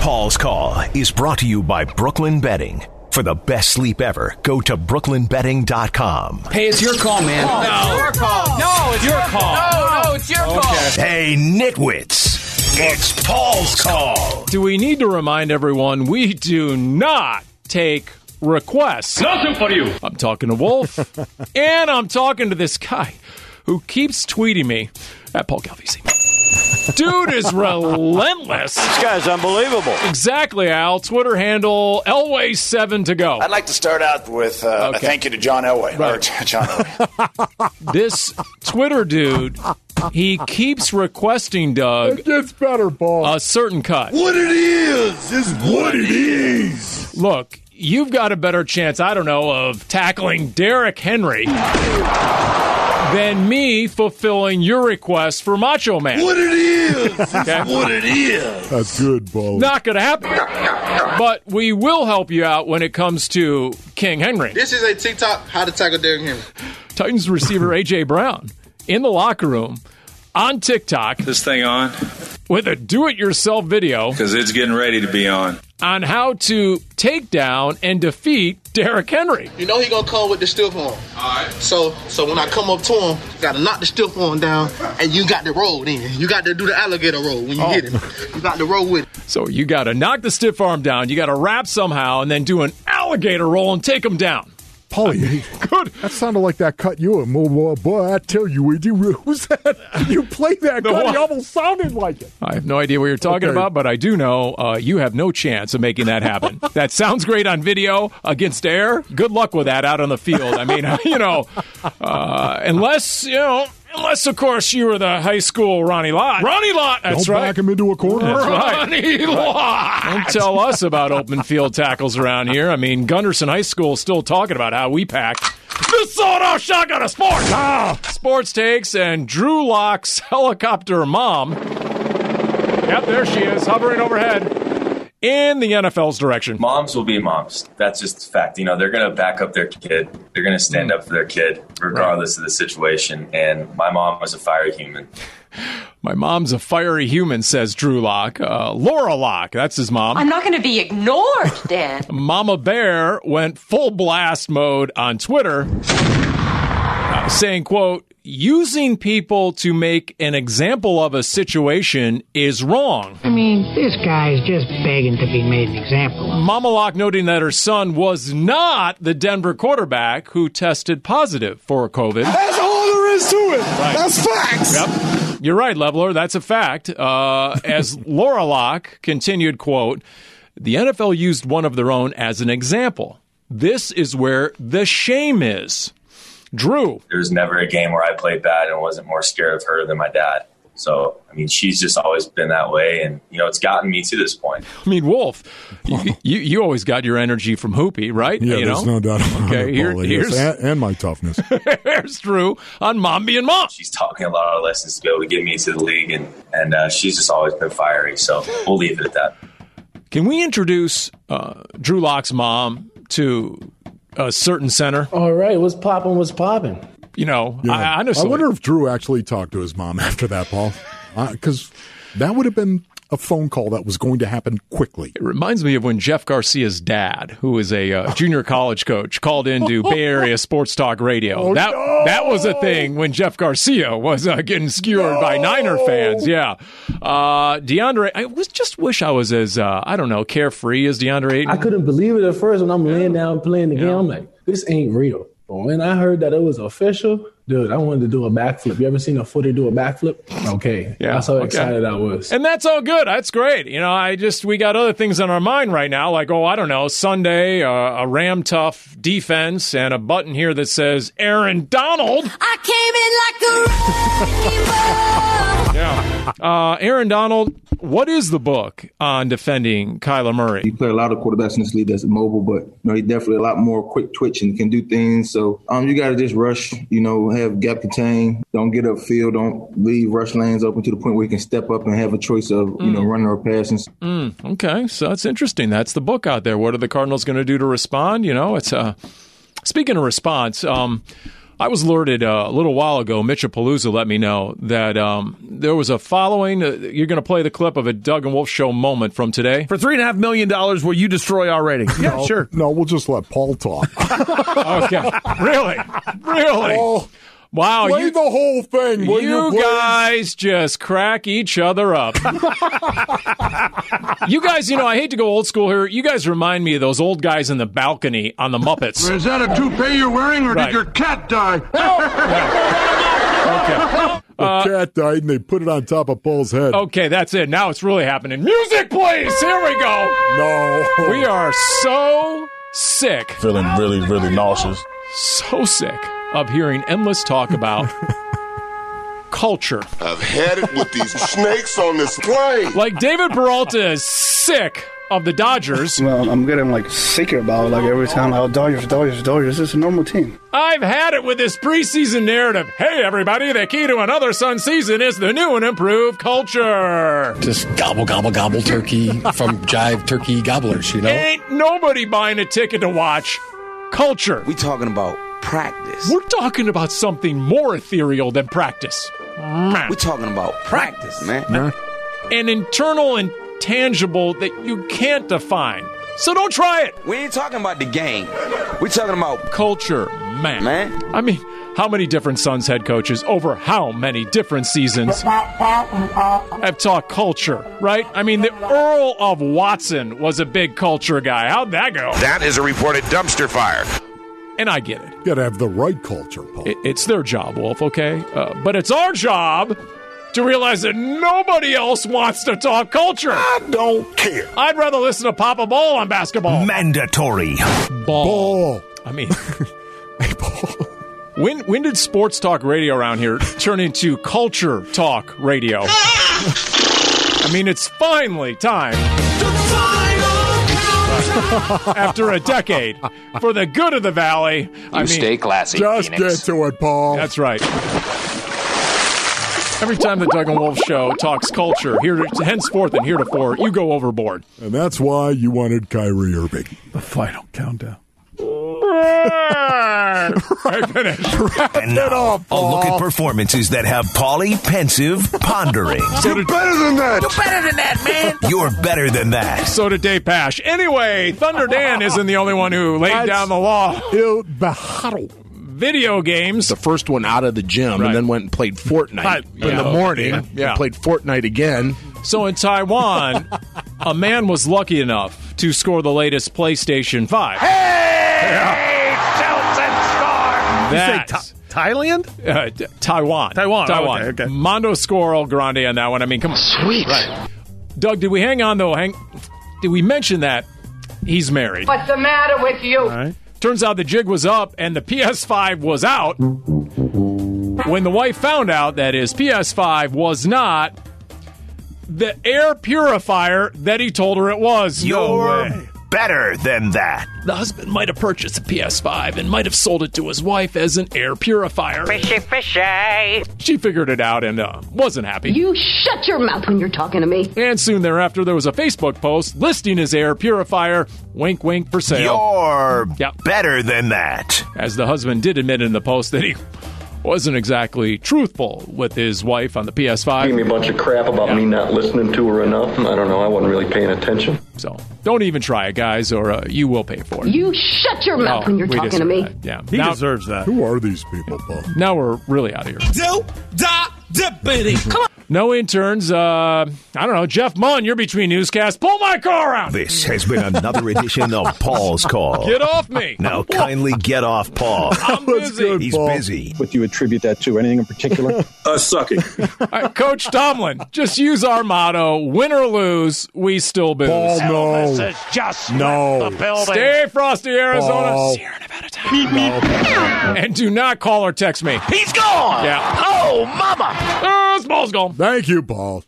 Paul's Call is brought to you by Brooklyn Betting. For the best sleep ever, go to brooklynbetting.com. Hey, it's your call, man. No. Your call. No, it's Your call. No, no, it's your call. Hey, nitwits, it's Paul's Call. Do we need to remind everyone we do not take requests? Nothing for you. I'm talking to Wolf, and I'm talking to this guy who keeps tweeting me at Paul Galvisi. Dude is relentless. This guy's unbelievable. Exactly, Al. Twitter handle Elway7 to go. I'd like to start out with uh, Okay. a thank you to John Elway. Or to John Elway. This Twitter dude, he keeps requesting Doug Gets better, ball. a certain cut. what it is is what it is. Look, you've got a better chance, I don't know, of tackling Derrick Henry than me fulfilling your request for Macho Man. What it is is Okay? what it is. That's good, ball. Not going to happen. But we will help you out when it comes to King Henry. This is a TikTok how to tackle Derrick Henry. Titans receiver A.J. Brown in the locker room on TikTok this thing on? with a do it yourself video Because it's getting ready to be on. on how to take down and defeat Derrick Henry. You know he gonna come with the stiff arm. All right. So so when I come up to him, you gotta knock the stiff arm down, and you got to roll. Then you got to do the alligator roll when you hit him. You got to roll with it. So you got to knock the stiff arm down, you got to wrap somehow, and then do an alligator roll and take him down. Paul, you- Good. that sounded like that cut you and more, more, boy. I tell you, we do. Who's that? You played that The cut. what? It almost sounded like it. I have no idea what you're talking Okay. about, but I do know uh, you have no chance of making that happen. that sounds great on video against air. Good luck with that out on the field. I mean, you know, uh, unless, you know, unless, of course, you were the high school Ronnie Lott. Ronnie Lott, that's Don't right. back him into a corner. That's right. Don't tell us about open field tackles around here. I mean, Gunderson High School is still talking about how we pack the sawed-off shotgun of sports. Sports takes and Drew Locke's helicopter mom. Yep, there she is, hovering overhead in the NFL's direction. moms will be moms. That's just a fact. You know, they're going to back up their kid. They're going to Mm. stand up for their kid, regardless of the situation. And my mom was a fiery human. My mom's a fiery human, says Drew Locke. Uh, Laura Locke, that's his mom. I'm not going to be ignored, Dad. Mama Bear went full blast mode on Twitter, uh, saying, quote, using people to make an example of a situation is wrong. I mean, this guy is just begging to be made an example of. Mama Locke noting that her son was not the Denver quarterback who tested positive for COVID. That's all there is to it. That's facts. Yep. You're right, Leveler. That's a fact. Uh, as Laura Locke continued, quote, the NFL used one of their own as an example. This is where the shame is. Drew, There was never a game where I played bad and wasn't more scared of her than my dad. So, I mean, she's just always been that way. And, you know, it's gotten me to this point. I mean, Wolf, you, you, you always got your energy from Hoopy, right? Yeah, you there's no doubt about Okay, it. here- Paul, yes. here's- and, and my toughness. There's Drew on Mombi and Mom. She's taught me a lot of lessons to be able to get me into the league. And, and uh, she's just always been fiery. So we'll leave it at that. Can we introduce uh, Drew Locke's mom to a certain center? Oh. All right, what's popping? What's popping? You know, Yeah. I, honestly, I wonder if Drew actually talked to his mom after that, Paul, because that would have been a phone call that was going to happen quickly. It reminds me of when Jeff Garcia's dad, who is a uh, junior college coach, called into Bay Area Sports Talk Radio. that that was a thing when Jeff Garcia was uh, getting skewered by Niner fans. Yeah, uh, DeAndre, I was just wish I was as uh, I don't know carefree as DeAndre. Ayton. I couldn't believe it at first when I'm laying down playing the game. I'm like, this ain't real. But when I heard that it was official, dude, I wanted to do a backflip. You ever seen a footer do a backflip? Okay, Yeah, that's how okay. excited I was. And that's all good. That's great. You know, I just we got other things on our mind right now, like oh, I don't know, Sunday, uh, a Ram tough defense, and a button here that says Aaron Donald. I came in like a Uh, Aaron Donald, what is the book on defending Kyler Murray? There are a lot of quarterbacks in this league that's mobile, but you know, he definitely a lot more quick twitch and can do things. So um, you got to just rush, you know, have gap contain. Don't get upfield. Don't leave rush lanes open to the point where you can step up and have a choice of, you know, running or passing. Okay, so that's interesting. That's the book out there. What are the Cardinals going to do to respond? You know, it's uh, speaking of response. Um, I was alerted uh, a little while ago. Mitchell Palooza let me know that um, there was a following. Uh, you're going to play the clip of a Doug and Wolf show moment from today. For three and a half million dollars, will you destroy our ratings? Yeah, sure. No, we'll just let Paul talk. Okay, really, really. Paul, wow, play Oh, you, the whole thing. Will you, you please? guys just crack each other up. you guys, you know, I hate to go old school here. You guys remind me of those old guys in the balcony on the Muppets. Is that a toupee you're wearing, or Right. did your cat die? The Uh, cat died, and they put it on top of Paul's head. Okay, that's it. Now it's really happening. Music, please. Here we go. No, We are so sick, Feeling really, really nauseous. so sick of hearing endless talk about culture. I've had it with these snakes on this plane. Like David Peralta is sick of the Dodgers. Well, I'm getting like sick about it. like every time. Oh, Dodgers, Dodgers, Dodgers. It's a normal team. I've had it with this preseason narrative. Hey, everybody, the key to another Sun season is the new and improved culture. Just gobble, gobble, gobble turkey from Jive Turkey Gobblers, you know? Ain't nobody buying a ticket to watch culture. We talking about practice. We're talking about something more ethereal than practice. We're talking about practice, man. An internal and tangible that you can't define. So don't try it. We ain't talking about the game. We talking about culture, man. Man. I mean, how many different Suns head coaches over how many different seasons have taught culture, right? I mean, the Earl of Watson was a big culture guy. How'd that go? That is a reported dumpster fire. And I get it. you gotta have the right culture, Paul. It- It's their job, Wolf, okay? Uh, but it's our job to realize that nobody else wants to talk culture. Ah. I don't care. I'd rather listen to Papa Ball on basketball. Mandatory. Ball. I mean, When, when did sports talk radio around here turn into culture talk radio? I mean, it's finally time. After a decade, for the good of the valley, I mean, Just get to it, Paul. That's right. Every time the Doug and Wolf show talks culture, here henceforth and heretofore, you go overboard. And that's why you wanted Kyrie Irving. The final countdown. I finished. And now, a look at performances that have Paulie pensive pondering. You're better than that. You're better than that, man. You're better than that. So did Dave Pash. Anyway, Thunder Dan isn't the only one who laid That's- down the law. Il Bajaro. Video games. The first one out of the gym, Right. and then went and played Fortnite Right. in Yeah. the morning. Yeah. and Yeah. played Fortnite again. So in Taiwan, a man was lucky enough to score the latest PlayStation 5. Hey! That. Thailand? uh, t- Taiwan. Taiwan, oh, Taiwan. okay, okay. Mondo Scoral Grande on that one. I mean, come on. Sweet. Right. Doug, did we hang on though? Hang. Did we mention that he's married? What's the matter with you? Turns out the jig was up and the PS5 was out. When the wife found out that his PS5 was not the air purifier that he told her it was. You're better than that. The husband might have purchased a PS5 and might have sold it to his wife as an air purifier. Fishy, fishy. She figured it out and uh, wasn't happy. You shut your mouth when you're talking to me. And soon thereafter, there was a Facebook post listing his air purifier, wink, wink, for sale. You're Yep. better than that. As the husband did admit in the post that he wasn't exactly truthful with his wife on the PS5. Give me a bunch of crap about me not listening to her enough. I don't know. I wasn't really paying attention. So don't even try it, guys, or uh, you will pay for it. You shut your mouth No, when you're we talking to disagree. me. Yeah. He now, deserves that. Who are these people, Paul? now we're really out of here. Do, da, dippity. Come on. No interns. Uh, I don't know. Jeff Munn, you're between newscasts. Pull my car out. This has been another edition of Paul's Call. Get off me. Now, kindly get off Paul. I'm busy. He's busy. What do you attribute that to? Anything in particular? Uh, sucking. All right, Coach Tomlin, just use our motto win or lose, we still booze. Paul, no. just No. Stay frosty, Arizona. Paul. Sierra Nevada time. And do not call or text me. He's gone. Yeah. Oh, mama. Uh, this ball's gone. Thank you, Paul.